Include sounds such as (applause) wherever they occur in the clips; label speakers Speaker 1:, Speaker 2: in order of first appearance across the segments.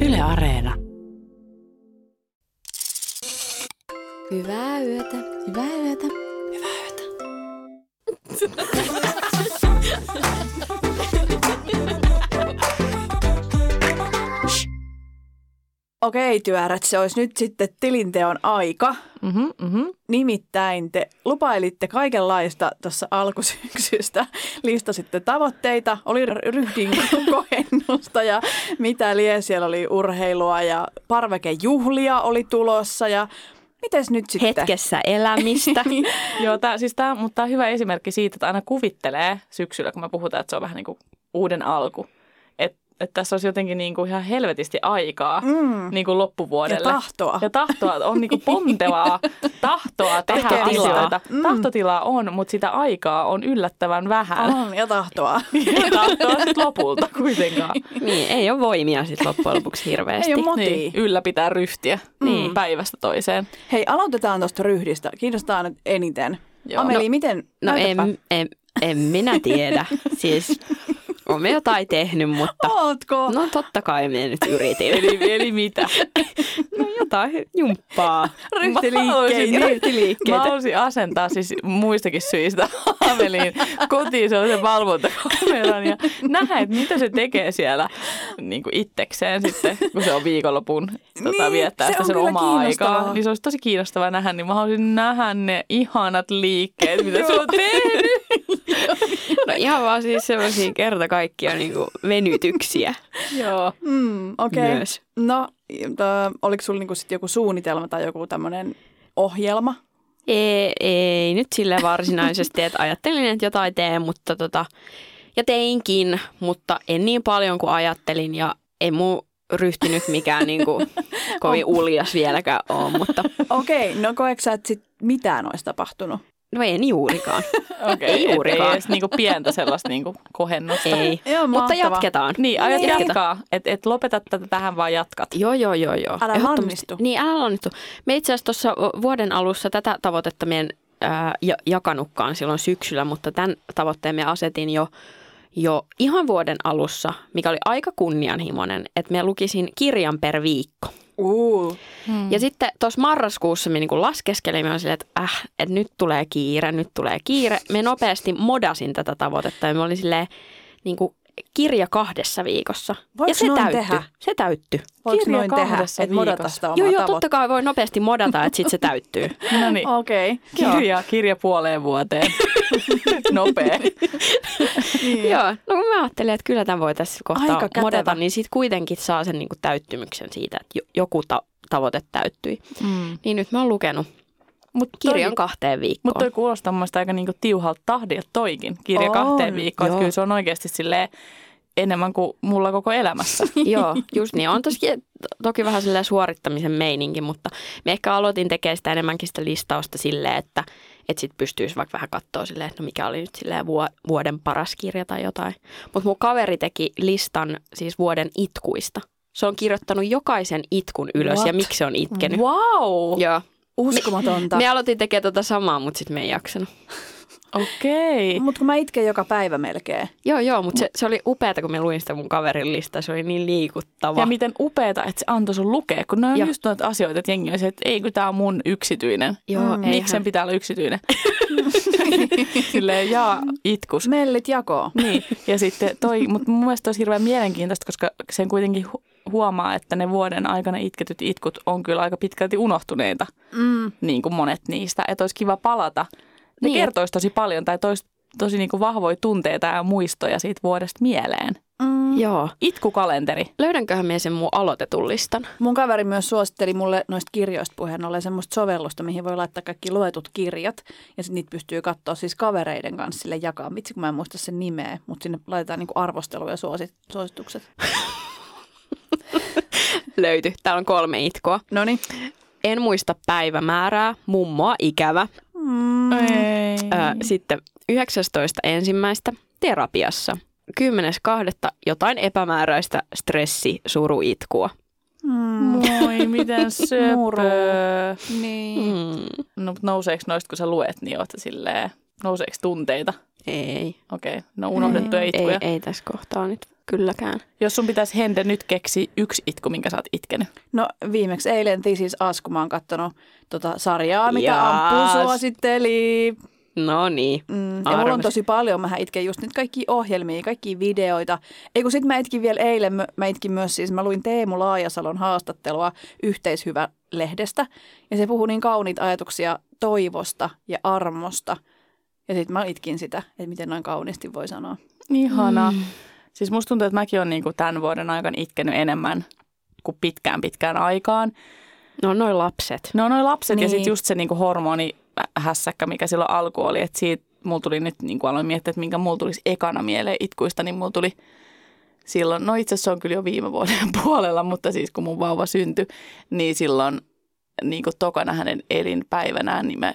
Speaker 1: Yle Areena.
Speaker 2: Hyvää yötä. Hyvää yötä.
Speaker 3: Okei, työrät, se olisi nyt sitten tilinteon aika.
Speaker 1: Mm-hmm, mm-hmm.
Speaker 3: Nimittäin te lupailitte kaikenlaista tuossa alkusyksystä. Listasitte tavoitteita, oli r- ryhdin kohennusta ja mitä lie. Siellä oli urheilua ja parvekejuhlia oli tulossa ja mites nyt sitten?
Speaker 2: Hetkessä elämistä.
Speaker 4: Joo, tää, siis tää, mutta tää on hyvä esimerkki siitä, että aina kuvittelee syksyllä, kun me puhutaan, että se on vähän niin kuin uuden alku. Että et tässä olisi jotenkin niin kuin ihan helvetisti aikaa
Speaker 3: Mm.
Speaker 4: niin kuin
Speaker 3: Ja
Speaker 4: loppuvuodelle.
Speaker 3: tahtoa.
Speaker 4: Ja tahtoa on niinku pontevaa
Speaker 3: (laughs)
Speaker 4: tahtoa tehdä
Speaker 3: Tahtotilaa.
Speaker 4: asioita.
Speaker 3: Mm.
Speaker 4: Tahtotilaa on, mutta sitä aikaa on yllättävän (laughs) vähän.
Speaker 3: On, ja tahtoa.
Speaker 4: Ei tahtoa sit lopulta kuitenkaan.
Speaker 2: niin, ei ole voimia sitten loppujen lopuksi hirveästi.
Speaker 3: Ei ole motia.
Speaker 4: Niin, ylläpitää ryhtiä
Speaker 3: Mm.
Speaker 4: niin. päivästä toiseen.
Speaker 3: Hei, aloitetaan tuosta ryhdistä. Kiinnostaa nyt eniten.
Speaker 4: Joo.
Speaker 3: Ameli, miten?
Speaker 2: no en,
Speaker 3: näytäpä.
Speaker 2: en, en, minä tiedä. Siis olen me jotain tehnyt,
Speaker 3: (laughs)
Speaker 2: mutta
Speaker 3: Ootko?
Speaker 2: no totta kai minä nyt yritin.
Speaker 4: Eli, eli mitä?
Speaker 2: No (laughs) jotain jumppaa.
Speaker 4: Mä haluaisin-
Speaker 3: Ryhtiliikkeitä.
Speaker 4: Mä
Speaker 3: Ryhtiliikkeitä.
Speaker 4: halusin asentaa siis muistakin syistä (laughs) Aameliin kotiin sellaisen valvontakameran niin ja nähdä, että mitä se tekee siellä niin kuin itsekseen sitten, kun se on viikonlopun tota,
Speaker 3: Niin,
Speaker 4: viettää
Speaker 3: se
Speaker 4: sitä
Speaker 3: on
Speaker 4: sen
Speaker 3: kyllä
Speaker 4: omaa aikaa.
Speaker 3: kiinnostavaa.
Speaker 4: Niin se olisi tosi kiinnostavaa nähdä, niin mä haluaisin nähdä ne ihanat liikkeet,
Speaker 3: (laughs)
Speaker 4: mitä se on tehnyt.
Speaker 2: No ihan vaan siis semmoisia kerta kaikkia niinku venytyksiä
Speaker 4: Joo.
Speaker 3: Mm, okei. Okay.
Speaker 2: myös.
Speaker 3: No, to, oliko sulla niinku sit joku suunnitelma tai joku tämmöinen ohjelma?
Speaker 2: Ei, ei nyt sille varsinaisesti, että ajattelin, että jotain teen, mutta tota, ja teinkin, mutta en niin paljon kuin ajattelin ja ei mu ryhtynyt mikään niin kuin, kovin uljas vieläkään ole, mutta
Speaker 3: Okei, okay, no koetko sä, että sit mitään olisi tapahtunut?
Speaker 2: no en juurikaan.
Speaker 4: Okay,
Speaker 2: Ei juurikaan.
Speaker 4: Ei edes niin kuin pientä sellaista niin kuin kohennusta.
Speaker 2: Ei,
Speaker 3: Joo,
Speaker 2: mutta
Speaker 3: mahtavaa.
Speaker 2: jatketaan.
Speaker 4: Niin, aiot
Speaker 3: Niin.
Speaker 4: jatkaa. Että et lopeta tätä tähän, vaan jatkat.
Speaker 2: Joo, joo, joo, joo.
Speaker 3: Älä
Speaker 2: Ehdottomasti.
Speaker 3: lannistu.
Speaker 2: Niin, älä lannistu. Me itse asiassa tuossa vuoden alussa tätä tavoitetta me en ää, ja- jakanutkaan silloin syksyllä, mutta tämän tavoitteen me asetin jo, jo ihan vuoden alussa, mikä oli aika kunnianhimoinen, että me lukisin kirjan per viikko.
Speaker 3: Uu, Hmm.
Speaker 2: Mm. Ja sitten tuossa marraskuussa me niinku laskeskelimme silleen, että äh, että nyt tulee kiire, nyt tulee kiire. Me nopeasti modasin tätä tavoitetta ja me olin silleen niinku kirja kahdessa viikossa.
Speaker 3: Voiko
Speaker 2: ja se
Speaker 3: noin
Speaker 2: täyttyi.
Speaker 3: tehdä?
Speaker 2: Se täyttyi.
Speaker 3: voiko
Speaker 4: Kirja
Speaker 3: noin tehdä,
Speaker 4: kahdessa
Speaker 3: että modata
Speaker 4: viikossa.
Speaker 3: sitä omaa
Speaker 2: Joo, joo,
Speaker 3: tavoitetta?
Speaker 2: totta kai voi nopeasti modata, että sitten se täyttyy.
Speaker 4: No niin.
Speaker 3: Okei.
Speaker 4: (laughs) Kirja, kirja puoleen
Speaker 3: (laughs)
Speaker 4: vuoteen. Nopea.
Speaker 3: Niin.
Speaker 2: joo, no kun mä ajattelin, että kyllä tämän voi tässä kohtaa
Speaker 3: Aika kätevä.
Speaker 2: modata, niin sitten kuitenkin saa sen niinku täyttymyksen siitä, että jo- joku ta- tavoite täyttyi.
Speaker 4: Mm.
Speaker 2: Niin nyt mä oon lukenut
Speaker 4: Mut toi-
Speaker 2: kirjan kahteen viikkoon.
Speaker 4: Mutta toi kuulostaa mun mielestä aika niinku tiuhalta tahdilta toikin. Kirja
Speaker 3: On,
Speaker 4: kahteen viikkoon.
Speaker 2: joo.
Speaker 4: että Kyllä se on oikeasti silleen enemmän kuin mulla koko
Speaker 2: (laughs)
Speaker 4: elämässä.
Speaker 2: Joo, just niin. On toski, toki vähän silleen suorittamisen meininki, mutta me ehkä aloitin tekemään sitä enemmänkin sitä listausta silleen, että et sit pystyisi vaikka vähän katsoa silleen, että no mikä oli nyt silleen vuo- vuoden paras kirja tai jotain. Mutta mun kaveri teki listan siis vuoden itkuista. Se on kirjoittanut jokaisen itkun ylös
Speaker 3: What?
Speaker 2: ja miksi se on itkenyt.
Speaker 4: Wow!
Speaker 2: Joo.
Speaker 3: Uskomatonta.
Speaker 2: Me aloitin tekemään tota samaa, mutta sitten me ei jaksanut.
Speaker 4: Okei.
Speaker 2: Mm.
Speaker 4: Okay.
Speaker 3: Mutta kun mä itken joka päivä melkein.
Speaker 2: Joo, joo, mutta se, se, oli upeata, kun mä luin sitä mun kaverin listaa. Se oli niin liikuttava.
Speaker 4: Ja miten upeeta, että se antoi sun lukea, kun ne on
Speaker 2: Joo.
Speaker 4: just noita asioita, että jengi on se, että ei kun tää on mun yksityinen.
Speaker 2: joo,
Speaker 3: Mm.
Speaker 2: eihän.
Speaker 4: Miksi sen pitää olla
Speaker 2: (laughs)
Speaker 4: yksityinen? Silleen, jaa, itkus.
Speaker 3: Mellit jakoo.
Speaker 4: Niin, ja sitten toi, mutta mun mielestä olisi hirveän mielenkiintoista, koska sen kuitenkin hu- huomaa, että ne vuoden aikana itketyt itkut on kyllä aika pitkälti unohtuneita,
Speaker 3: Mm.
Speaker 4: niin kuin monet niistä, että olisi kiva palata. Ne
Speaker 2: Niin.
Speaker 4: niin. kertoisi tosi paljon tai toisi tosi niin kuin vahvoja tunteita ja muistoja siitä vuodesta mieleen.
Speaker 3: Mm.
Speaker 2: Joo.
Speaker 4: Itkukalenteri.
Speaker 2: Löydänköhän me sen mun aloitetun listan?
Speaker 3: Mun kaveri myös suositteli mulle noista kirjoista puheen ollen semmoista sovellusta, mihin voi laittaa kaikki luetut kirjat. Ja sitten niitä pystyy katsoa siis kavereiden kanssa sille jakaa. Vitsi, kun mä en muista sen nimeä, mutta sinne laitetaan niinku arvostelu ja suosit, suositukset.
Speaker 2: Löyty. Täällä on kolme itkoa.
Speaker 3: No niin.
Speaker 2: En muista päivämäärää, mummoa ikävä.
Speaker 3: Mm.
Speaker 4: Ei.
Speaker 2: Ää, sitten 19. ensimmäistä terapiassa. 10.2. jotain epämääräistä stressi, suru, itkua.
Speaker 3: Mm.
Speaker 2: (laughs)
Speaker 4: Moi, miten
Speaker 3: Muru.
Speaker 4: söpö.
Speaker 3: Niin.
Speaker 2: Mm,
Speaker 4: No, mutta nouseeko noista, kun sä luet, niin oot sä silleen, nouseeko tunteita?
Speaker 2: ei,
Speaker 4: Okei, okay. no unohdettuja
Speaker 2: ei,
Speaker 4: itkuja.
Speaker 2: ei tässä kohtaa nyt. kylläkään.
Speaker 4: Jos sun pitäisi Hende nyt keksi yksi itku, minkä sä oot itkenyt.
Speaker 3: No viimeksi eilen This is Us, kun mä oon kattonut tota sarjaa, mitä
Speaker 4: Jaas.
Speaker 3: Amppu suositteli.
Speaker 2: No niin.
Speaker 3: Mm, ja mulla on
Speaker 2: Arvasin.
Speaker 3: tosi paljon, mä itken just nyt kaikki ohjelmia, kaikki videoita. Ei kun sit mä itkin vielä eilen, mä- mä itkin myös siis, mä luin Teemu Laajasalon haastattelua Yhteishyvä-lehdestä. Ja se puhuu niin kauniita ajatuksia toivosta ja armosta. Ja sit mä itkin sitä, että miten noin kauniisti voi sanoa.
Speaker 4: Ihana. Mm. Siis musta tuntuu, että mäkin oon niinku tämän vuoden aikana itkenyt enemmän kuin pitkään pitkään aikaan.
Speaker 2: No noi lapset.
Speaker 4: No noi lapset niin. ja
Speaker 3: Niin.
Speaker 4: sitten just se niinku hormonihässäkkä, mikä silloin alku oli, että siitä mulla tuli nyt, niin aloin miettiä, että minkä mulla tulisi ekana mieleen itkuista, niin mulla tuli silloin, no itse asiassa se on kyllä jo viime vuoden (laughs) puolella, mutta siis kun mun vauva syntyi, niin silloin niin kuin tokana hänen elinpäivänään, niin me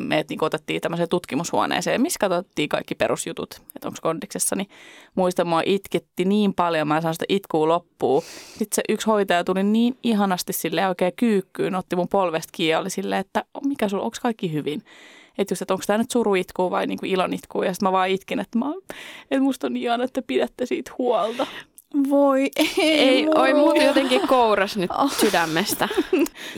Speaker 4: meidät niin otettiin tämmöiseen tutkimushuoneeseen, missä katsottiin kaikki perusjutut, että onko kondiksessa, niin muistan, mua itketti niin paljon, mä en saanut sitä itkuu loppuun. Sitten se yksi hoitaja tuli niin ihanasti sille oikein kyykkyyn, otti mun polvesta kiinni ja oli silleen, että mikä sulla, onko kaikki hyvin? Että just, että onko tämä nyt suruitkuu vai niinku ilonitkuu. Ja sitten mä vaan itkin, että, mä, että musta on ihana, että pidätte siitä huolta.
Speaker 3: Voi ei,
Speaker 2: Ei, oi
Speaker 3: moro.
Speaker 2: mut
Speaker 3: (laughs)
Speaker 2: jotenkin kouras nyt sydämestä.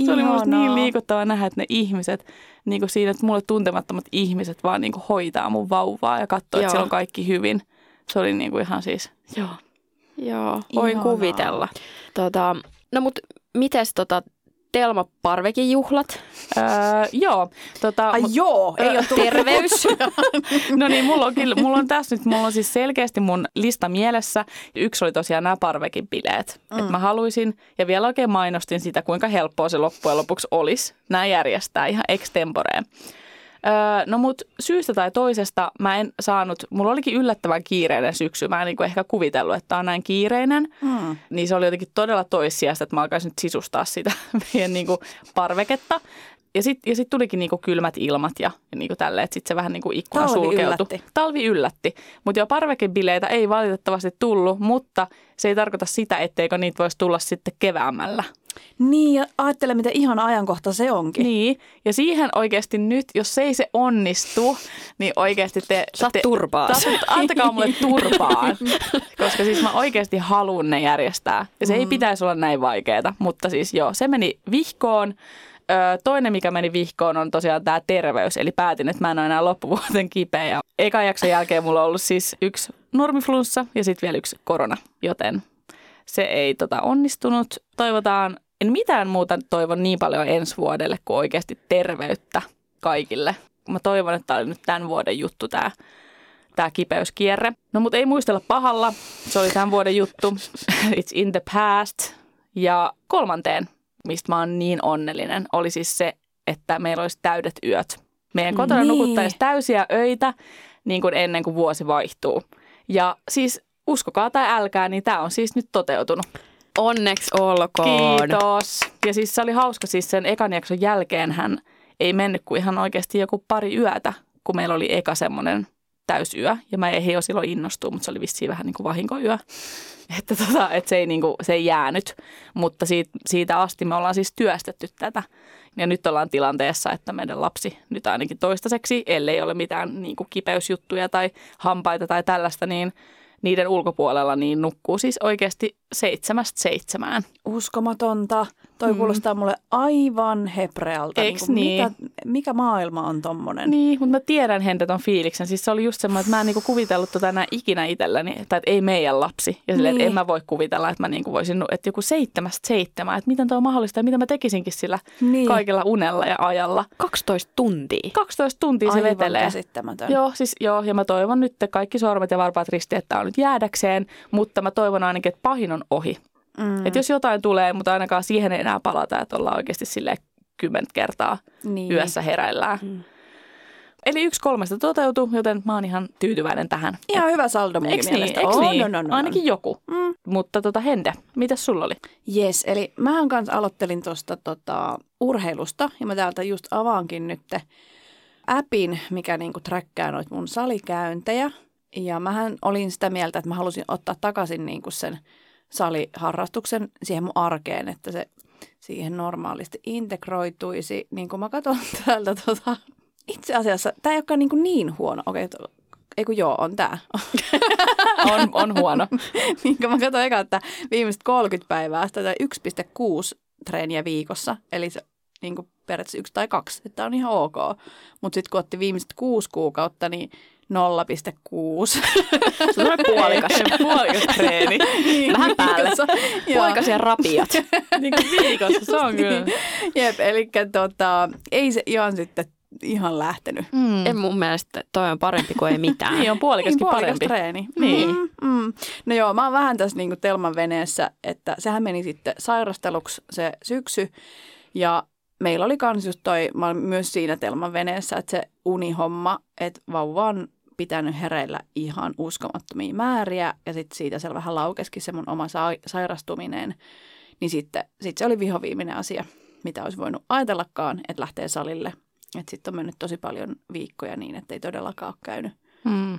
Speaker 4: Se oli musta niin
Speaker 3: Ihanaa.
Speaker 4: liikuttava nähdä, että ne ihmiset, niin kuin siinä, että mulle tuntemattomat ihmiset vaan niin kuin hoitaa mun vauvaa ja katsoo,
Speaker 2: Joo.
Speaker 4: että siellä on kaikki hyvin. Se oli niin kuin ihan siis, joo.
Speaker 2: Joo, voin
Speaker 3: Ihanaa.
Speaker 2: kuvitella. Tota, no mut mites tota Telma Parvekin juhlat?
Speaker 4: Öö, joo, tota,
Speaker 3: Ai
Speaker 4: mut-
Speaker 3: joo, ei ole tullut.
Speaker 4: (laughs)
Speaker 2: Terveys.
Speaker 4: No niin, mulla on, kyllä, mulla on tässä nyt, mulla on siis selkeästi mun lista mielessä. Yksi oli tosiaan nämä parvekin bileet. Mm. Että mä haluaisin, ja vielä oikein mainostin sitä, kuinka helppoa se loppujen lopuksi olisi nämä järjestää ihan extemporeen. Öö, no mut syystä tai toisesta mä en saanut, mulla olikin yllättävän kiireinen syksy. Mä en niinku ehkä kuvitellut, että tää on näin kiireinen.
Speaker 3: Mm.
Speaker 4: Niin se oli jotenkin todella toissijaista, että mä alkaisin nyt sisustaa sitä (laughs) meidän niinku parveketta. Ja sitten ja sit tulikin niinku kylmät ilmat ja, ja niinku tälleen, että sitten se vähän niinku ikkuna
Speaker 3: Talvi
Speaker 4: sulkeutui.
Speaker 3: yllätti.
Speaker 4: Talvi yllätti. Mutta jo parvekebileitä ei valitettavasti tullut, mutta se ei tarkoita sitä, etteikö niitä voisi tulla sitten keväämällä.
Speaker 3: Niin, ja ajattele, mitä ihana ajankohta se onkin.
Speaker 4: Niin, ja siihen oikeasti nyt, jos ei se onnistu, niin oikeasti te...
Speaker 2: Saat
Speaker 4: te,
Speaker 2: turpaa.
Speaker 4: Saat, antakaa mulle turpaan, koska siis mä oikeasti haluan ne järjestää. Ja se mm. ei pitäisi olla näin vaikeeta, mutta siis joo, se meni vihkoon. Ö, toinen, mikä meni vihkoon, on tosiaan tämä terveys. Eli päätin, että mä en ole enää loppuvuoden kipeä. Ja Ekan jakson jälkeen mulla on ollut siis yksi normiflunssa ja sitten vielä yksi korona, joten se ei tota, onnistunut. Toivotaan, en mitään muuta toivon niin paljon ensi vuodelle kuin oikeasti terveyttä kaikille. Mä toivon, että tämä oli nyt tämän vuoden juttu tämä tämä kipeyskierre. No mutta ei muistella pahalla, se oli tämän vuoden juttu. It's in the past. Ja kolmanteen, mistä mä oon niin onnellinen, oli siis se, että meillä olisi täydet yöt. Meidän kotona
Speaker 3: Niin.
Speaker 4: niin. nukuttaisiin täysiä öitä niin kuin ennen kuin vuosi vaihtuu. Ja siis uskokaa tai älkää, niin tämä on siis nyt toteutunut.
Speaker 2: Onneksi olkoon.
Speaker 4: Kiitos. Ja siis se oli hauska, siis sen ekan jakson jälkeen hän ei mennyt kuin ihan oikeasti joku pari yötä, kun meillä oli eka semmoinen täysyö. Ja mä ei jo silloin innostunut, mutta se oli vissiin vähän niin kuin vahinkoyö. (laughs) Että, tota, että se, ei niin kuin, se ei jäänyt. Mutta siitä, siitä asti me ollaan siis työstetty tätä. Ja nyt ollaan tilanteessa, että meidän lapsi nyt ainakin toistaiseksi, ellei ole mitään niin kuin kipeysjuttuja tai hampaita tai tällaista, niin niiden ulkopuolella niin nukkuu siis oikeasti seitsemästä seitsemään.
Speaker 3: Uskomatonta. Toi mm. kuulostaa mulle aivan heprealta.
Speaker 4: Hmm. Eiks
Speaker 3: kuin
Speaker 4: niin?
Speaker 3: Mitä, mikä maailma on tommonen?
Speaker 4: Niin, mutta mä tiedän hentä ton fiiliksen. Siis se oli just semmoinen, että mä en niinku kuvitellut tota enää ikinä itselläni, tai että ei meidän lapsi. Ja silleen,
Speaker 3: Niin.
Speaker 4: että en mä voi kuvitella, että mä niinku voisin, nu- että joku seitsemästä seitsemään, että miten tuo on mahdollista ja mitä mä tekisinkin sillä
Speaker 3: Niin.
Speaker 4: niin. kaikella unella ja ajalla.
Speaker 2: 12 tuntia.
Speaker 4: 12 tuntia se
Speaker 3: Aivan
Speaker 4: vetelee.
Speaker 3: käsittämätön.
Speaker 4: Joo, siis joo, ja mä toivon nyt että kaikki sormet ja varpaat risti, että on nyt jäädäkseen, mutta mä toivon ainakin, että pahin on ohi.
Speaker 3: Mm.
Speaker 4: Mm. Että jos jotain tulee, mutta ainakaan siihen ei enää palata, että ollaan oikeasti silleen kymmentä kertaa
Speaker 3: niin.
Speaker 4: yössä heräillään.
Speaker 2: Mm.
Speaker 4: Mm. Eli yksi kolmesta toteutui, joten mä oon ihan tyytyväinen tähän.
Speaker 3: Ihan hyvä saldo munkin
Speaker 4: Eiks niin?
Speaker 3: mielestä.
Speaker 4: Eiks
Speaker 3: On,
Speaker 4: niin?
Speaker 3: on, on, on.
Speaker 4: Ainakin joku.
Speaker 3: Mm.
Speaker 4: Mutta tota Hende, mitäs sulla oli?
Speaker 3: Jes, eli mähän kanssa aloittelin tuosta tota, urheilusta ja mä täältä just avaankin nyt appin, mikä niinku träkkää noit mun salikäyntejä. Ja mähän olin sitä mieltä, että mä halusin ottaa takaisin niinku sen saliharrastuksen siihen mun arkeen, että se siihen normaalisti Niinku (laughs) integroituisi. Niin kun mä katson täältä tota, itse asiassa, tämä ei olekaan niin, niin niinku huono. Okei, to- ei kun joo, on tää.
Speaker 4: On, on (laughs) huono.
Speaker 3: (laughs) niin kun mä katsoin eka, että viimeiset 30 päivää sitä tai 1,6 treeniä viikossa, eli se niin kuin periaatteessa yksi tai kaksi, että on ihan ok. Mutta sitten kun otti viimeiset kuusi kuukautta, niin 0,6.
Speaker 2: Se on puolikas.
Speaker 4: (laughs) Puolikas (laughs) treeni.
Speaker 3: (laughs)
Speaker 2: Vähän päälle.
Speaker 3: Viikossa. Joo.
Speaker 2: Puolikas ja rapiat.
Speaker 4: (laughs) Niin kuin viikossa, se on kyllä.
Speaker 3: Jep, eli tota, ei se ihan sitten ihan lähtenyt.
Speaker 2: (laughs)
Speaker 4: Mm.
Speaker 2: En mun mielestä toi on parempi kuin ei
Speaker 4: (laughs)
Speaker 2: mitään.
Speaker 4: Niin on puolikaskin
Speaker 3: niin, puolikas
Speaker 4: parempi.
Speaker 3: treeni.
Speaker 4: Niin.
Speaker 3: Mm, mm. No joo, mä oon vähän tässä niinku Telman veneessä, että sehän meni sitten sairasteluksi se syksy. Ja meillä oli kans just toi, mä olin myös siinä Telman veneessä, että se unihomma, että vauva on pitänyt hereillä ihan uskomattomia määriä. Ja sitten siitä se vähän laukeskin se mun oma sa- sairastuminen. Niin sitten sit se oli vihoviimeinen asia, mitä olisi voinut ajatellakaan, että lähtee salille. Että sitten on mennyt tosi paljon viikkoja niin, että ei todellakaan ole käynyt.
Speaker 4: Mm.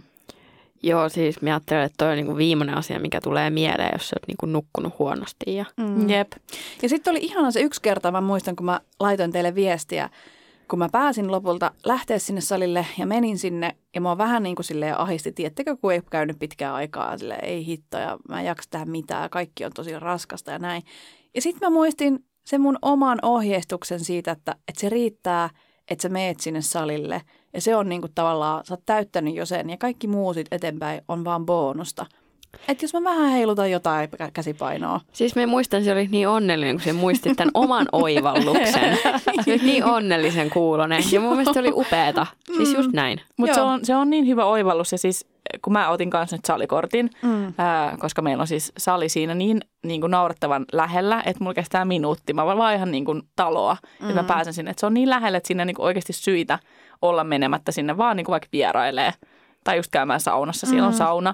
Speaker 2: Joo, siis mä ajattelen, että toi on niinku viimeinen asia, mikä tulee mieleen, jos sä oot niinku nukkunut huonosti. Ja...
Speaker 3: Mm.
Speaker 4: Jep.
Speaker 3: Ja sitten oli ihana se yksi kerta, mä muistan, kun mä laitoin teille viestiä, kun mä pääsin lopulta lähteä sinne salille ja menin sinne ja mua vähän niin kuin silleen ahisti, tiettekö, kun ei käynyt pitkään aikaa, sille ei hitto ja mä en jaksa tehdä mitään, kaikki on tosi raskasta ja näin. Ja sitten mä muistin sen mun oman ohjeistuksen siitä, että, että se riittää, että sä meet sinne salille ja se on niin kuin tavallaan, sä oot täyttänyt jo sen ja kaikki muu sit eteenpäin on vaan bonusta. Että jos mä vähän heilutan jotain kä- käsipainoa,
Speaker 2: Siis me muistan, se oli niin onnellinen, kun se muisti tämän oman oivalluksen. Se oli niin onnellisen kuulonen. Ja mun mielestä se oli upeeta. Siis just näin.
Speaker 4: Mutta se
Speaker 3: Joo.
Speaker 4: on, se on niin hyvä oivallus ja siis kun mä otin kanssa nyt salikortin,
Speaker 3: Mm.
Speaker 4: mm. ää, koska meillä on siis sali siinä niin, niin kuin naurettavan lähellä, että mulla kestää minuutti. Mä vaihan niin kuin taloa, mm. että mä pääsen sinne. Et se on niin lähellä, että siinä on niin kuin oikeasti syitä olla menemättä sinne, vaan niin kuin vaikka vierailee tai just käymään saunassa. Siellä on sauna,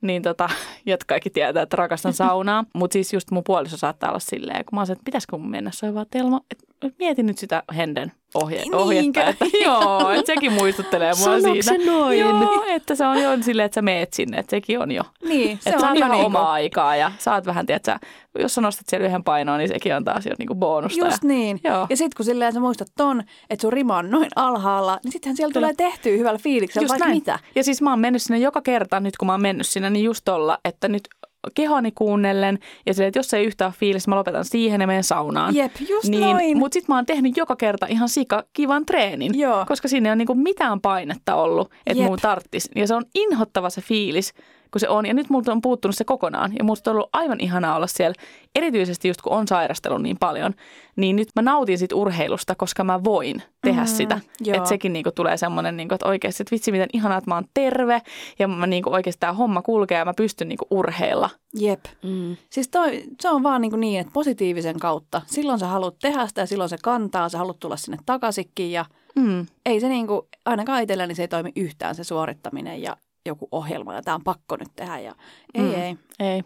Speaker 4: niin tota, (laughs) jotka kaikki tietää, että rakastan saunaa. Mutta siis just mun puoliso saattaa olla silleen, kun mä oon se, että pitäisikö mun mennä soivaa telma, että mietin nyt sitä Henden ohje,
Speaker 3: Niinkö?
Speaker 4: ohjetta. Että, joo, että sekin muistuttelee mua
Speaker 2: Sanoiko
Speaker 4: siitä.
Speaker 2: se noin?
Speaker 4: Joo, että se on jo silleen, että sä meet sinne, että sekin on jo.
Speaker 3: Niin,
Speaker 4: Se että se on
Speaker 3: aika
Speaker 4: ihan
Speaker 3: niinku-
Speaker 4: omaa aikaa ja saat vähän, tiedätkö, jos sä nostat siellä yhden painoon, niin sekin on taas jo niinku bonusta.
Speaker 3: Just
Speaker 4: ja,
Speaker 3: niin. Joo.
Speaker 4: Joo.
Speaker 3: Ja sitten kun silleen sä muistat ton, että sun rima on noin alhaalla, niin sittenhän siellä
Speaker 4: Kyllä.
Speaker 3: tulee tehtyä hyvällä fiiliksellä
Speaker 4: Just
Speaker 3: vaikka
Speaker 4: näin.
Speaker 3: mitä.
Speaker 4: Ja siis mä oon mennyt sinne joka kerta nyt, kun mä oon mennyt sinne, niin just tolla, että nyt kehoni kuunnellen ja silleen, että jos ei yhtään ole fiilis, mä lopetan siihen ja menen saunaan.
Speaker 3: Jep, just noin.
Speaker 4: niin, Mutta sitten mä oon tehnyt joka kerta ihan sika kivan treenin,
Speaker 3: Joo.
Speaker 4: koska siinä ei ole niinku mitään painetta ollut, että
Speaker 3: Jep.
Speaker 4: mun tarttis. Ja se on inhottava se fiilis, kun se on. Ja nyt multa on puuttunut se kokonaan. Ja musta on ollut aivan ihanaa olla siellä, erityisesti just kun on sairastellut niin paljon. Niin nyt mä nautin siitä urheilusta, koska mä voin tehdä mm, sitä.
Speaker 3: joo.
Speaker 4: Että sekin niinku tulee semmoinen, niinku, että oikeasti, että vitsi miten ihanaa, että mä oon terve. Ja mä niinku oikeasti tämä homma kulkee ja mä pystyn niinku urheilla.
Speaker 3: Jep.
Speaker 2: Mm.
Speaker 3: Siis toi, se on vaan niin, niin, että positiivisen kautta. Silloin sä haluat tehdä sitä ja silloin se kantaa, sä haluat tulla sinne takaisinkin ja
Speaker 4: Mm.
Speaker 3: ei se niin kuin, ainakaan itselläni se ei toimi yhtään se suorittaminen ja joku ohjelma ja tämä on pakko nyt tehdä ja ei
Speaker 4: Mm.
Speaker 3: ei.
Speaker 4: Ei.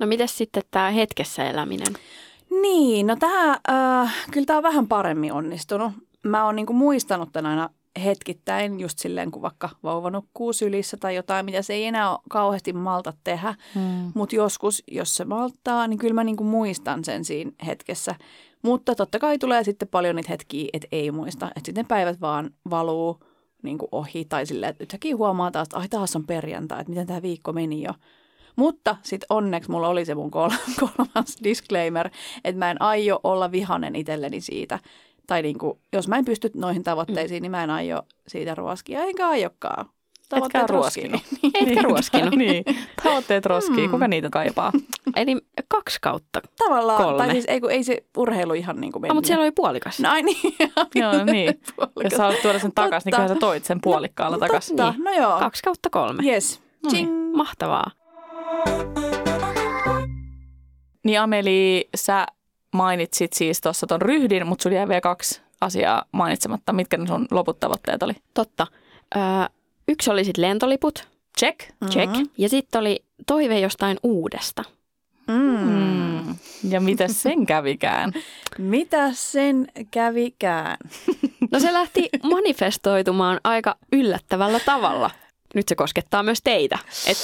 Speaker 2: No mites sitten tämä hetkessä eläminen?
Speaker 3: Niin, no tämä, äh, kyllä tämä on vähän paremmin onnistunut. Mä oon niinku muistanut tämän aina hetkittäin, just silleen kun vaikka vauva nukkuu sylissä tai jotain, mitä se ei enää ole kauheasti malta tehdä.
Speaker 4: Mm.
Speaker 3: Mutta joskus, jos se malttaa, niin kyllä mä niinku muistan sen siinä hetkessä. Mutta totta kai tulee sitten paljon niitä hetkiä, että ei muista. Että sitten ne päivät vaan valuu niinku ohi tai silleen, että yhtäkkiä huomaa taas, että ai taas on perjantai, että miten tämä viikko meni jo. Mutta sitten onneksi mulla oli se mun kol- (laughs) kolmas disclaimer, että mä en aio olla vihanen itselleni siitä. Tai niinku, jos mä en pysty noihin tavoitteisiin, niin mä en aio siitä ruoskia, enkä aiokkaan.
Speaker 4: Mm. Etkä
Speaker 3: Tavoitteet
Speaker 4: ruoskinut.
Speaker 2: Etkä ruoskinut.
Speaker 4: (laughs) niin. Tavoitteet roskii, kuka niitä kaipaa?
Speaker 2: Eli kaksi kautta.
Speaker 3: Tavallaan,
Speaker 4: Kolme. No,
Speaker 3: tai siis ei, kun ei se urheilu ihan niin kuin mennyt.
Speaker 2: Ah, mutta siellä oli puolikas.
Speaker 3: No ai niin.
Speaker 4: (laughs) Joo, niin. Jos
Speaker 3: Puolikas.
Speaker 4: sä haluat tuoda sen takaisin, niin
Speaker 3: Totta.
Speaker 4: kyllä sä toit sen puolikkaalla takaisin.
Speaker 3: Totta,
Speaker 2: Niin.
Speaker 3: no joo.
Speaker 2: Kaksi kautta kolme.
Speaker 3: Yes.
Speaker 4: No niin.
Speaker 3: Ching.
Speaker 2: Mahtavaa.
Speaker 4: Niin Ameli, sä mainitsit siis tuossa ton ryhdin, mutta sulla jäi vielä kaksi asiaa mainitsematta. Mitkä ne sun loput tavoitteet oli?
Speaker 2: Totta. Öö, yksi oli sitten lentoliput.
Speaker 4: Check.
Speaker 2: Check.
Speaker 3: Mhm.
Speaker 2: Ja sitten oli toive jostain uudesta.
Speaker 3: Mm.
Speaker 4: Mm. Ja miten sen kävikään?
Speaker 3: Mitä sen kävikään?
Speaker 2: No se lähti manifestoitumaan aika yllättävällä tavalla. Nyt se koskettaa myös teitä. Et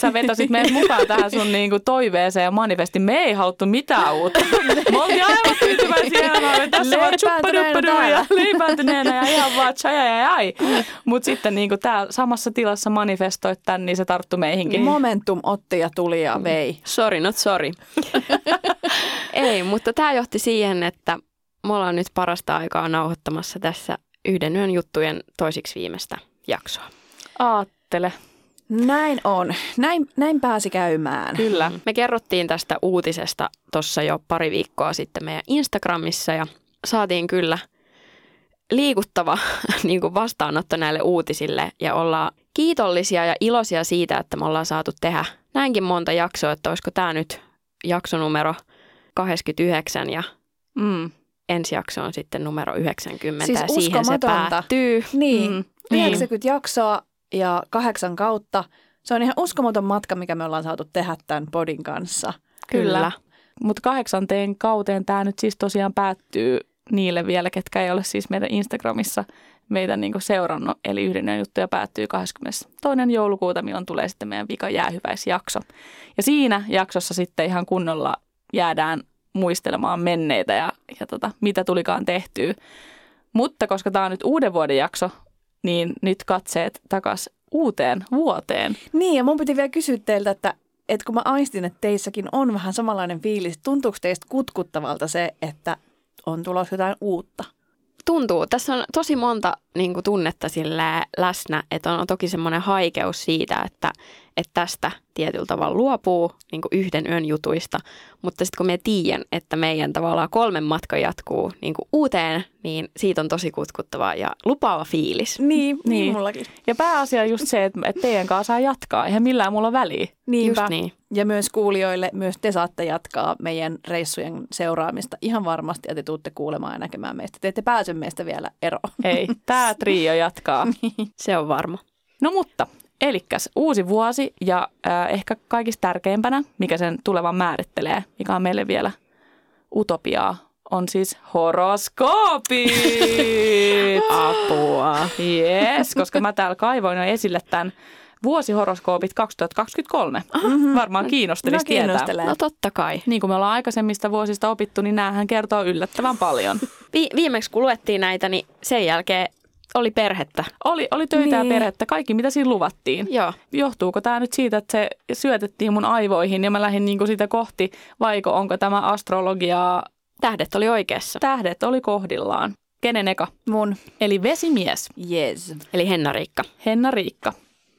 Speaker 4: sä vetosit meidän mukaan tähän sun niinku toiveeseen ja manifestiin. Me ei haluttu mitään uutta. Me oltiin aivan tyytyväisiä. Me oltiin tässä vaan
Speaker 3: Leipääntyneitä
Speaker 4: tjuppaduppadu ja
Speaker 3: täällä.
Speaker 4: leipääntyneenä ja ihan vaan chai ai ai ai. Mutta sitten niinku tää samassa tilassa manifestoit tän, niin Mm. se tarttu meihinkin.
Speaker 3: Momentum otti ja tuli ja vei.
Speaker 2: Sorry, not sorry. (laughs) Ei, mutta tämä johti siihen, että me ollaan nyt parasta aikaa nauhoittamassa tässä yhden yön juttujen toisiksi viimeistä jaksoa.
Speaker 4: Aattele.
Speaker 3: Näin on. Näin, näin pääsi käymään.
Speaker 4: Kyllä.
Speaker 2: Me kerrottiin tästä uutisesta tuossa jo pari viikkoa sitten meidän Instagramissa ja saatiin kyllä liikuttava (laughs) niin kuin vastaanotto näille uutisille ja ollaan kiitollisia ja iloisia siitä, että me ollaan saatu tehdä näinkin monta jaksoa, että olisiko tämä nyt jaksonumero 89 ja
Speaker 4: Mm.
Speaker 2: ensi jakso on sitten numero 90
Speaker 3: Siis
Speaker 2: ja siihen se
Speaker 3: uskomatonta.
Speaker 2: päättyy.
Speaker 3: Niin.
Speaker 4: Mm.
Speaker 3: Mm.
Speaker 4: Niin.
Speaker 3: 90 jaksoa ja kahdeksan kautta. Se on ihan uskomaton matka, mikä me ollaan saatu tehdä tämän podin kanssa.
Speaker 2: Kyllä.
Speaker 4: Kyllä. Mutta kahdeksanteen kauteen tämä nyt siis tosiaan päättyy niille vielä, ketkä ei ole siis meidän Instagramissa meitä niinku seurannut. Eli yhden yön juttuja päättyy 22. joulukuuta, milloin tulee sitten meidän vika jäähyväisjakso. Ja siinä jaksossa sitten ihan kunnolla jäädään muistelemaan menneitä ja, ja tota, mitä tulikaan tehtyä. Mutta koska tämä on nyt uuden vuoden jakso, niin nyt katseet takaisin uuteen vuoteen.
Speaker 3: Niin, ja mun piti vielä kysyä teiltä, että, että kun mä aistin, että teissäkin on vähän samanlainen fiilis, tuntuuko teistä kutkuttavalta se, että on tulossa jotain uutta?
Speaker 2: tuntuu. Tässä on tosi monta niin kuin tunnetta sillä läsnä, että on toki semmoinen haikeus siitä, että, että tästä tietyllä tavalla luopuu niin kuin yhden yön jutuista. Mutta sitten kun me tiedän, että meidän tavallaan kolmen matka jatkuu niin kuin uuteen, niin siitä on tosi kutkuttava ja lupaava fiilis.
Speaker 3: Niin,
Speaker 4: Niin.
Speaker 3: mullakin.
Speaker 4: Ja pääasia on just se, että että teidän kanssa saa jatkaa. Eihän millään mulla väliä.
Speaker 3: Niinpä.
Speaker 2: Just niin.
Speaker 3: Ja myös kuulijoille, myös te saatte jatkaa meidän reissujen seuraamista ihan varmasti, ja te tuutte kuulemaan ja näkemään meistä. Te ette pääse meistä vielä eroon.
Speaker 4: Ei, tämä trio jatkaa.
Speaker 2: Se on varma.
Speaker 4: No mutta, elikkäs uusi vuosi ja äh, ehkä kaikista tärkeimpänä, mikä sen tulevan määrittelee, mikä on meille vielä utopiaa, on siis horoskoopit.
Speaker 2: Apua.
Speaker 4: Jees, koska mä täällä kaivoin jo esille tämän vuosihoroskoopit 2023. Varmaan kiinnostelisi tietää.
Speaker 3: kiinnostelee.
Speaker 2: No totta kai.
Speaker 4: Niin kuin me ollaan aikaisemmista vuosista opittu, niin näähän kertoo yllättävän paljon.
Speaker 2: Vi- viimeksi kun luettiin näitä, niin sen jälkeen oli perhettä.
Speaker 4: Oli, oli töitä niin.
Speaker 3: Niin.
Speaker 4: ja perhettä, kaikki mitä siinä luvattiin.
Speaker 2: Joo.
Speaker 4: Johtuuko tämä nyt siitä, että se syötettiin mun aivoihin ja mä lähdin niinku sitä kohti, vaiko onko tämä astrologiaa?
Speaker 2: Tähdet oli oikeassa.
Speaker 4: Tähdet oli kohdillaan. Kenen eka?
Speaker 3: Mun.
Speaker 4: Eli vesimies,
Speaker 3: Yes.
Speaker 2: Eli Henna-Riikka.
Speaker 4: Henna Riikka.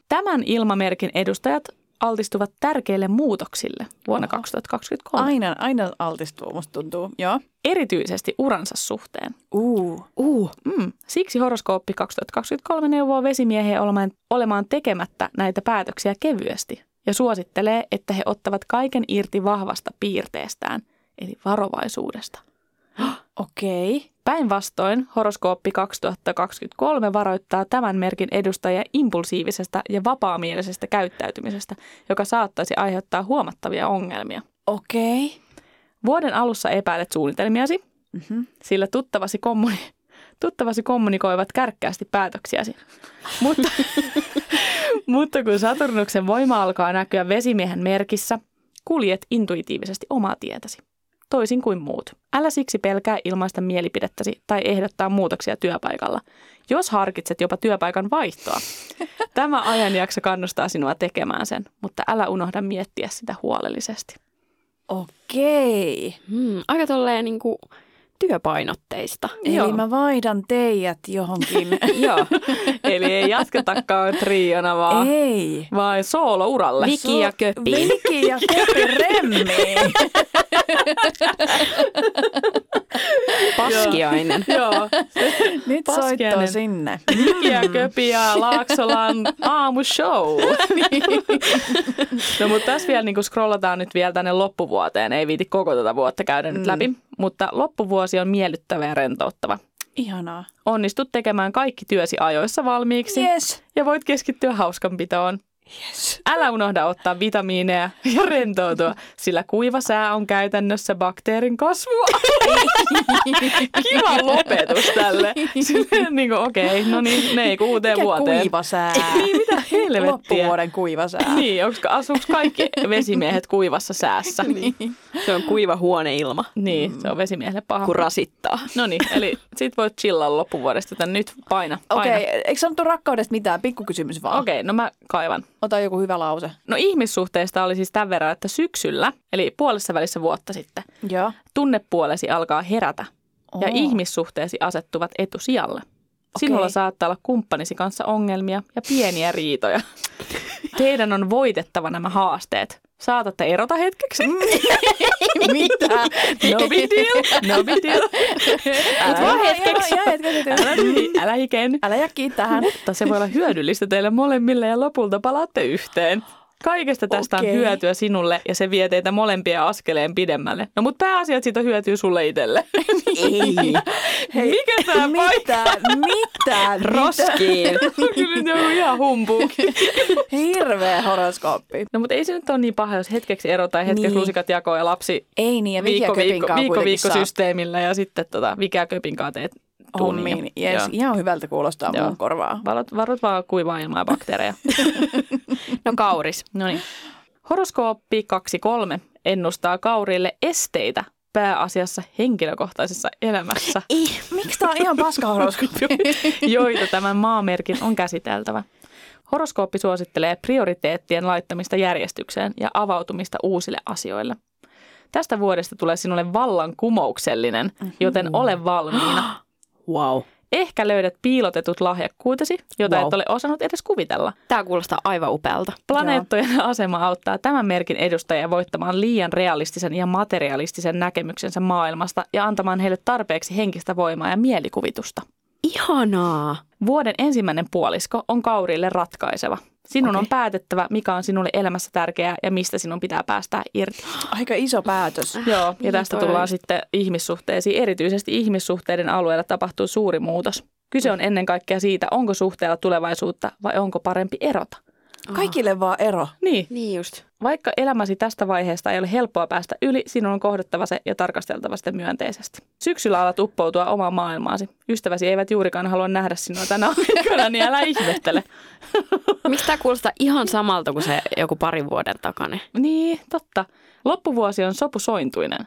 Speaker 4: Tämän ilmamerkin edustajat altistuvat tärkeille muutoksille vuonna 2023,
Speaker 3: Aina, aina altistuu, musta tuntuu. Joo.
Speaker 4: erityisesti uransa suhteen.
Speaker 3: Uu.
Speaker 2: Uh,
Speaker 4: Mm. Siksi horoskooppi 2023 neuvoo vesimiehiä olemaan, olemaan tekemättä näitä päätöksiä kevyesti ja suosittelee, että he ottavat kaiken irti vahvasta piirteestään, eli varovaisuudesta.
Speaker 3: Okei. Okay.
Speaker 4: Päinvastoin horoskooppi 2023 varoittaa tämän merkin edustajia impulsiivisesta ja vapaamielisestä käyttäytymisestä, joka saattaisi aiheuttaa huomattavia ongelmia.
Speaker 3: Okei. Okay.
Speaker 4: Vuoden alussa epäilet suunnitelmiasi,
Speaker 3: Mhm.
Speaker 4: sillä tuttavasi, kommuni- (laughs) tuttavasi kommunikoivat kärkkäästi päätöksiäsi. Mutta, (laughs) mutta kun Saturnuksen voima alkaa näkyä vesimiehen merkissä, kuljet intuitiivisesti omaa tietäsi. Toisin kuin muut. Älä siksi pelkää ilmaista mielipidettäsi tai ehdottaa muutoksia työpaikalla, jos harkitset jopa työpaikan vaihtoa. Tämä ajanjakso kannustaa sinua tekemään sen, mutta älä unohda miettiä sitä huolellisesti.
Speaker 3: Okei.
Speaker 2: Mm, aika tolleen niin kuin (laughs) työpainotteista.
Speaker 3: Eli mä vaihdan teidät johonkin. (laughs)
Speaker 4: Joo, (laughs) eli ei jatketakaan triona vaan,
Speaker 3: Ei.
Speaker 4: vaan soolouralle.
Speaker 2: Viki ja köpi.
Speaker 3: Viki ja Köpi Remmi.
Speaker 2: Paskiainen.
Speaker 4: Joo,
Speaker 3: (laughs) Nyt
Speaker 4: Paskiainen.
Speaker 3: soittaa sinne.
Speaker 4: Viki ja Köpi ja Laaksolan aamushow. No mutta tässä vielä niin scrollataan nyt vielä tänne loppuvuoteen. Ei viiti koko tätä vuotta käydä nyt
Speaker 3: Mm.
Speaker 4: läpi, mutta loppuvuosi on miellyttävä ja rentouttava.
Speaker 3: Ihanaa.
Speaker 4: Onnistut tekemään kaikki työsi ajoissa valmiiksi
Speaker 3: Yes.
Speaker 4: ja voit keskittyä hauskanpitoon.
Speaker 3: Yes.
Speaker 4: Älä unohda ottaa vitamiineja ja rentoutua, sillä kuiva sää on käytännössä bakteerin kasvua. Kiva lopetus tälle. Silleen niin kuin, okei, no niin, ne ei kun uuteen
Speaker 3: Mikä
Speaker 4: vuoteen.
Speaker 3: kuiva sää?
Speaker 4: (laughs) Niin, mitä helvettiä.
Speaker 3: Loppuvuoden kuiva sää.
Speaker 4: Niin, onko asuuko kaikki vesimiehet kuivassa säässä? Niin.
Speaker 2: (laughs) Se on kuiva huoneilma,
Speaker 4: niin, se on vesimiehelle paha.
Speaker 2: kun rasittaa.
Speaker 4: No niin, eli sit voit chillaa loppuvuodesta, joten nyt paina, paina.
Speaker 3: Okei, okay, eikö sanottu rakkaudesta mitään? Pikkukysymys vaan.
Speaker 4: Okei, okay, no mä kaivan.
Speaker 3: Ota joku hyvä lause.
Speaker 4: No ihmissuhteista oli siis tämän verran, että syksyllä, eli puolessa välissä vuotta sitten,
Speaker 3: Joo.
Speaker 4: tunnepuolesi alkaa herätä ja
Speaker 3: Oo.
Speaker 4: ihmissuhteesi asettuvat etusijalle. Sinulla saattaa olla kumppanisi kanssa ongelmia ja pieniä riitoja. Teidän on voitettava nämä haasteet. Saatatte erota hetkeksi.
Speaker 3: Mm. (laughs) Mitä?
Speaker 4: (laughs) No big deal, no
Speaker 3: (laughs)
Speaker 4: big deal. Älä,
Speaker 3: Jaa,
Speaker 4: älä,
Speaker 3: hetkeksi. Jaa,
Speaker 4: älä,
Speaker 3: hetkeksi.
Speaker 4: hi- älä hiken.
Speaker 3: Älä jää kiinni tähän.
Speaker 4: Mutta se voi olla hyödyllistä teille molemmille ja lopulta palaatte yhteen. Kaikesta tästä
Speaker 3: Okei.
Speaker 4: on hyötyä sinulle ja se vie teitä molempia askeleen pidemmälle. No mutta pääasia, että siitä on hyötyä sulle itselle.
Speaker 2: Ei.
Speaker 3: (laughs) Hei,
Speaker 4: Mikä tämä paikka?
Speaker 3: mitä? Mitä? mitä?
Speaker 2: Roskiin.
Speaker 4: on kyllä nyt joku ihan humpuuki.
Speaker 3: Hirveä horoskooppi.
Speaker 4: No mutta ei se nyt ole niin paha, jos hetkeksi ero tai hetkeksi
Speaker 3: Niin.
Speaker 4: niin. lusikat jakoo ja lapsi
Speaker 3: Ei niin, ja
Speaker 4: viikko, viikko, viikko, viikko
Speaker 3: viikko
Speaker 4: systeemillä ja sitten tota, mikä köpinkaa teet
Speaker 3: hommiin.
Speaker 4: tunnin. ja-
Speaker 3: Yes,
Speaker 4: Joo.
Speaker 3: ihan hyvältä kuulostaa
Speaker 4: Joo.
Speaker 3: mun korvaa.
Speaker 4: Varot, varot vaan kuivaa ilmaa ja
Speaker 3: (laughs)
Speaker 4: bakteereja.
Speaker 2: No kauris.
Speaker 4: No niin. Horoskooppi 23 ennustaa kaurille esteitä pääasiassa henkilökohtaisessa elämässä,
Speaker 3: Ei, miksi tää on ihan paska
Speaker 4: (laughs)
Speaker 3: horoskooppi?
Speaker 4: joita tämän maamerkin on käsiteltävä. Horoskooppi suosittelee prioriteettien laittamista järjestykseen ja avautumista uusille asioille. Tästä vuodesta tulee sinulle vallankumouksellinen, joten ole valmiina.
Speaker 2: Wow.
Speaker 4: Ehkä löydät piilotetut lahjakkuutesi, jota
Speaker 2: Wow.
Speaker 4: et ole osannut edes kuvitella.
Speaker 2: Tämä kuulostaa aivan upealta.
Speaker 4: Planeettojen asema auttaa tämän merkin edustajia voittamaan liian realistisen ja materialistisen näkemyksensä maailmasta ja antamaan heille tarpeeksi henkistä voimaa ja mielikuvitusta.
Speaker 2: Ihanaa.
Speaker 4: Vuoden ensimmäinen puolisko on kaurille ratkaiseva. Sinun okay. on
Speaker 2: Okei.
Speaker 4: päätettävä, mikä on sinulle elämässä tärkeää ja mistä sinun pitää päästää irti.
Speaker 3: Aika iso päätös.
Speaker 4: Joo, ja
Speaker 2: niin
Speaker 4: tästä
Speaker 2: toi
Speaker 4: tullaan
Speaker 2: olisi.
Speaker 4: sitten ihmissuhteisiin. Erityisesti ihmissuhteiden alueella tapahtuu suuri muutos. Kyse on ennen kaikkea siitä, onko suhteella tulevaisuutta vai onko parempi erota.
Speaker 3: Kaikille vaan ero.
Speaker 4: Niin,
Speaker 2: Niin just.
Speaker 4: Vaikka elämäsi tästä vaiheesta ei ole helppoa päästä yli, sinun on kohdattava se ja tarkasteltava sitä myönteisesti. Syksyllä alat uppoutua omaan maailmaasi. Ystäväsi eivät juurikaan halua nähdä sinua tänä aikana, niin älä ihmettele.
Speaker 2: Miksi tämä kuulostaa ihan samalta kuin se joku parin vuoden takainen?
Speaker 4: Niin, totta. Loppuvuosi on sopusointuinen.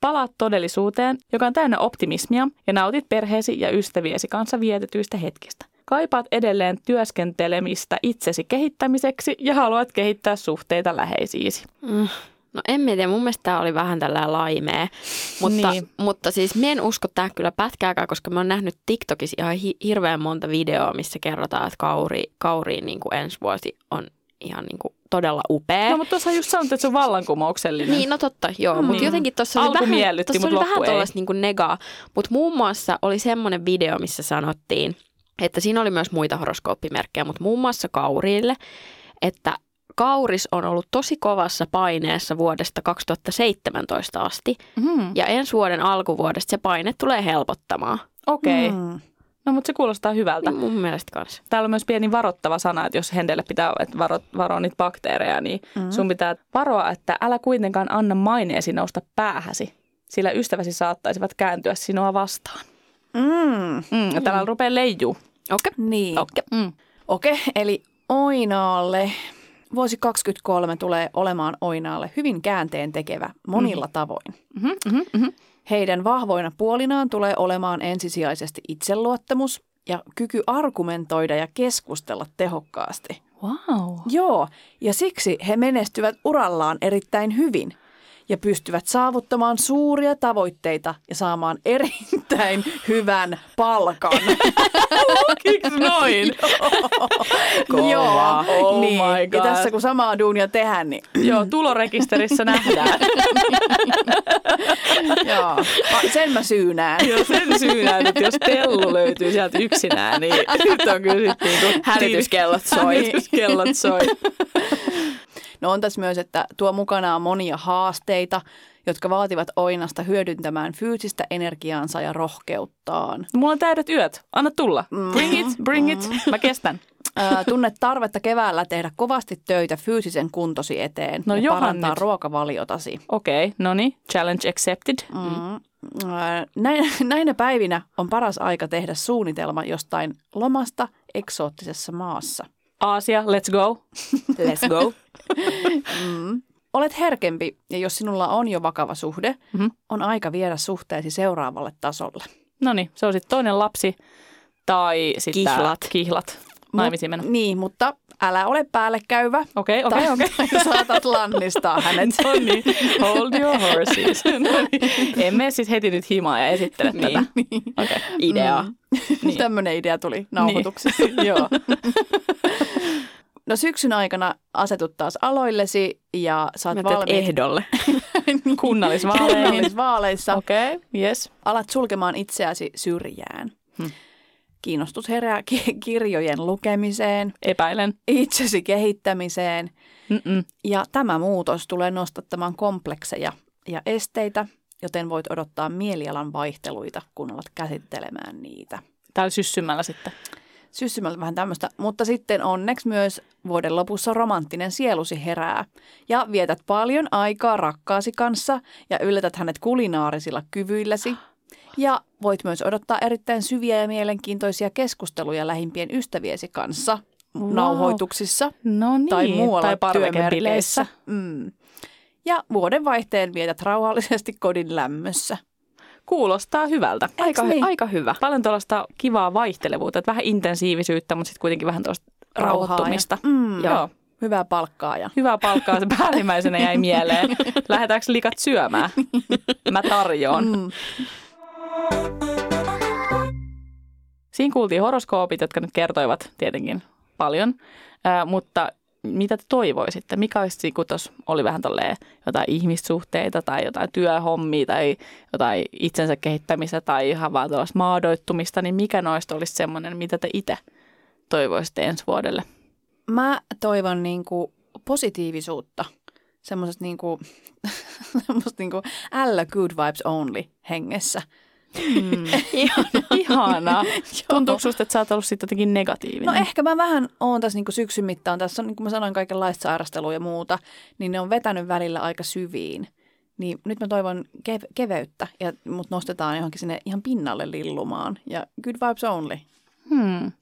Speaker 4: Palaat todellisuuteen, joka on täynnä optimismia, ja nautit perheesi ja ystäviesi kanssa vietetyistä hetkistä. Kaipaat edelleen työskentelemistä itsesi kehittämiseksi ja haluat kehittää suhteita läheisiisi.
Speaker 2: Mm. No en mä tiedä, mun mielestä tämä oli vähän tällä laimea. Mutta,
Speaker 4: Niin.
Speaker 2: niin. mutta siis mä en usko tää kyllä pätkääkään, koska mä oon nähnyt TikTokissa ihan hi- hirveän monta videoa, missä kerrotaan, että kauri, kauriin niin kuin ensi vuosi on ihan niin kuin todella upea.
Speaker 4: No, mutta tuossa just sanot, että se on vallankumouksellinen.
Speaker 2: Eh. Niin, no totta, joo.
Speaker 4: Mm.
Speaker 2: Mm. Mutta jotenkin tuossa oli
Speaker 4: Alku
Speaker 2: vähän,
Speaker 4: miellytti,
Speaker 2: tossa
Speaker 4: mut
Speaker 2: oli vähän
Speaker 4: loppu ei.
Speaker 2: tuollaista niinku negaa. Mutta muun muassa oli semmoinen video, missä sanottiin, että siinä oli myös muita horoskooppimerkkejä, mutta muun muassa kauriille, että kauris on ollut tosi kovassa paineessa vuodesta 2017 asti.
Speaker 4: Mm.
Speaker 2: Ja ensi vuoden alkuvuodesta se paine tulee helpottamaan.
Speaker 4: Okei, okay.
Speaker 3: Mm.
Speaker 4: no mutta se kuulostaa hyvältä.
Speaker 2: Niin mun mielestä kanssa.
Speaker 4: Täällä on myös pieni varoittava sana, että jos hendelle pitää että varo, varoa niitä bakteereja, niin
Speaker 3: Mm.
Speaker 4: sun pitää varoa, että älä kuitenkaan anna maineesi nousta päähäsi, sillä ystäväsi saattaisivat kääntyä sinua vastaan.
Speaker 3: Mm.
Speaker 4: Mm, mm. Täällä rupeaa leijuu.
Speaker 2: Okei.
Speaker 3: Niin.
Speaker 2: Okei.
Speaker 4: Mm.
Speaker 3: Okei, eli Oinaalle. Vuosi 2023 tulee olemaan Oinaalle hyvin käänteen tekevä monilla tavoin.
Speaker 4: Mm-hmm, mm-hmm, mm-hmm.
Speaker 3: Heidän vahvoina puolinaan tulee olemaan ensisijaisesti itseluottamus ja kyky argumentoida ja keskustella tehokkaasti.
Speaker 4: Oh. Wow.
Speaker 3: Joo, ja siksi he menestyvät urallaan erittäin hyvin ja pystyvät saavuttamaan suuria tavoitteita ja saamaan erittäin hyvän palkan.
Speaker 4: Kiks noin? Kova. Oh
Speaker 3: niin.
Speaker 4: my
Speaker 3: Ja
Speaker 4: god.
Speaker 3: tässä kun samaa duunia tehdään,
Speaker 4: (laughs)
Speaker 3: niin
Speaker 4: (laughs) Joo, tulorekisterissä (laughs) nähdään.
Speaker 3: Joo, A, sen mä syynään.
Speaker 4: Joo, sen syynä, että jos tellu löytyy sieltä yksinään, (laughs) niin nyt on kyllä sitten niinku
Speaker 2: Hälytyskellot soi.
Speaker 4: Hälytyskellot soi.
Speaker 3: (laughs) No on tässä myös, että tuo mukanaan monia haasteita, jotka vaativat Oinasta hyödyntämään fyysistä energiaansa ja rohkeuttaan.
Speaker 4: Mm. Mulla on täydet yöt. Anna tulla. Bring it, bring it. Mä kestän. (laughs)
Speaker 3: Ää, Tunne tarvetta keväällä tehdä kovasti töitä fyysisen kuntosi eteen
Speaker 4: No
Speaker 3: ja
Speaker 4: johan
Speaker 3: parantaa
Speaker 4: nyt.
Speaker 3: ruokavaliotasi.
Speaker 4: Okei, okay, no niin, challenge accepted.
Speaker 3: Mm. Ää, Näin, (laughs) näinä päivinä on paras aika tehdä suunnitelma jostain lomasta eksoottisessa maassa.
Speaker 4: Aasia, let's go.
Speaker 2: Let's go.
Speaker 3: Mm. Olet herkempi ja jos sinulla on jo vakava suhde,
Speaker 4: Mhm.
Speaker 3: mm-hmm. on aika viedä suhteesi seuraavalle tasolle.
Speaker 4: (laughs) No niin, se on sitten toinen lapsi tai sitten
Speaker 2: Kihlat.
Speaker 4: kihlat. Naimisiin mennä.
Speaker 3: Mut- Niin, mutta älä ole päälle käyvä.
Speaker 4: Okei, okei,
Speaker 3: tai, (laughs)
Speaker 4: okei.
Speaker 3: tai saatat lannistaa hänet.
Speaker 4: No niin, hold your horses. No niin. En mene siis heti nyt himaan ja esittele niin. tätä. Okay.
Speaker 2: Idea.
Speaker 3: Mm. Niin. Tämmöinen idea tuli nauhoituksessa. (laughs)
Speaker 4: Joo.
Speaker 3: No syksyn aikana asetut taas aloillesi ja saat
Speaker 2: Mä teet
Speaker 3: valmiit
Speaker 2: ehdolle.
Speaker 3: (laughs)
Speaker 4: Kunnallisvaaleihin.
Speaker 3: kunnallisvaaleissa.
Speaker 4: Okei, okay, yes.
Speaker 3: Alat sulkemaan itseäsi syrjään.
Speaker 4: Hmm.
Speaker 3: Kiinnostus herää ki- kirjojen lukemiseen,
Speaker 4: Epäilen.
Speaker 3: itsesi kehittämiseen
Speaker 4: Mm-mm.
Speaker 3: ja tämä muutos tulee nostattamaan komplekseja ja esteitä, joten voit odottaa mielialan vaihteluita, kun alat käsittelemään niitä.
Speaker 4: Täällä syssymällä sitten.
Speaker 3: Syssymältä vähän tämmöistä, mutta sitten onneksi myös vuoden lopussa romanttinen sielusi herää. Ja vietät paljon aikaa rakkaasi kanssa ja yllätät hänet kulinaarisilla kyvyilläsi. Ja voit myös odottaa erittäin syviä ja mielenkiintoisia keskusteluja lähimpien ystäviesi kanssa
Speaker 4: Wow.
Speaker 3: nauhoituksissa
Speaker 4: No niin.
Speaker 3: tai muualla
Speaker 4: tai
Speaker 3: työmerkeissä.
Speaker 4: parvekebileissä.
Speaker 3: Mm. Ja vuoden vaihteen vietät rauhallisesti kodin lämmössä.
Speaker 4: Kuulostaa hyvältä. Ah,
Speaker 2: Aika,
Speaker 3: Eiks niin?
Speaker 2: aika hyvä.
Speaker 4: Paljon tuollaista kivaa vaihtelevuutta, että vähän intensiivisyyttä, mutta sitten kuitenkin vähän tuosta
Speaker 3: Rauhaa ja-
Speaker 4: rauhoittumista.
Speaker 3: Mm.
Speaker 4: Joo. Joo.
Speaker 3: Hyvää palkkaa ja
Speaker 4: Hyvää palkkaa, se päällimmäisenä jäi mieleen. Lähetäänkö likat syömään? Mä tarjoan.
Speaker 3: mm.
Speaker 4: Siinä kuultiin horoskoopit, jotka nyt kertoivat tietenkin paljon, Ää, mutta mitä te toivoisitte? Mikä olisi, siinä, kun tuossa oli vähän tolleen jotain ihmissuhteita tai jotain työhommia tai jotain itsensä kehittämistä tai ihan vaan tuollaista maadoittumista, niin mikä noista olisi semmoinen, mitä te itse toivoisitte ensi vuodelle?
Speaker 3: Mä toivon niin kuin positiivisuutta, semmoisesta niin (laughs) kuin, semmoista niin kuin ällä good vibes only hengessä.
Speaker 4: Mm. Ihanaa. Tuntuuko susta, että sä oot ollut sitten jotenkin negatiivinen?
Speaker 3: No ehkä mä vähän oon tässä niin kuin syksyn mittaan, tässä on niin kuin mä sanoin kaikenlaista sairastelua ja muuta, niin ne on vetänyt välillä aika syviin. Niin nyt mä toivon kev- keveyttä, ja mut nostetaan johonkin sinne ihan pinnalle lillumaan. Ja good vibes only.
Speaker 4: Hmm.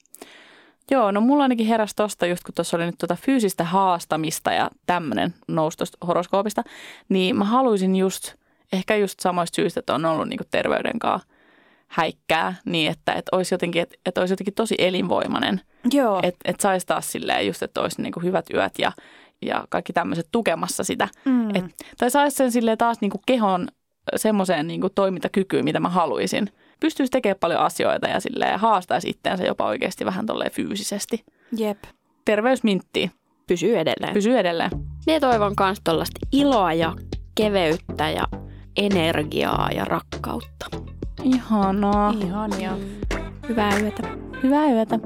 Speaker 4: Joo, no mulla ainakin heräsi tosta, just kun tuossa oli nyt tuota fyysistä haastamista ja tämmöinen nousi tuosta horoskoopista, niin mä haluaisin just, ehkä just samoista syistä, että on ollut niinku terveyden kanssa häikkää, niin että et olisi jotenkin, et, et olisi jotenkin tosi elinvoimainen,
Speaker 3: Joo. Et,
Speaker 4: että et saisi taas silleen just, että olisi niinku hyvät yöt ja, ja kaikki tämmöiset tukemassa sitä.
Speaker 3: mm.
Speaker 4: Et, tai saisi sen silleen taas niinku kehon semmoiseen niinku toimintakykyyn, mitä mä haluaisin. Pystyisi tekemään paljon asioita ja silleen haastaisi itteensä jopa oikeasti vähän tolleen fyysisesti.
Speaker 3: jep.
Speaker 4: Terveysmintti
Speaker 2: Pysyy edelleen.
Speaker 4: pysyy edelleen.
Speaker 2: Mie toivon myös tuollaista iloa ja keveyttä ja energiaa ja rakkautta.
Speaker 4: Ihanaa.
Speaker 3: Ihania.
Speaker 2: Hyvää yötä.
Speaker 4: Hyvää yötä.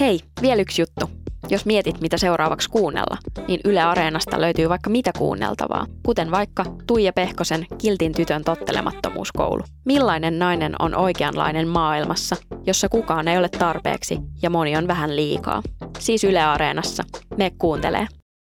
Speaker 2: Hei, vielä yksi juttu. Jos mietit, mitä seuraavaksi kuunnella, niin Yle Areenasta löytyy vaikka mitä kuunneltavaa, kuten vaikka Tuija Pehkosen Kiltin tytön tottelemattomuuskoulu. Millainen nainen on oikeanlainen maailmassa, jossa kukaan ei ole tarpeeksi ja moni on vähän liikaa? Siis Yle Areenassa. Me kuuntelee.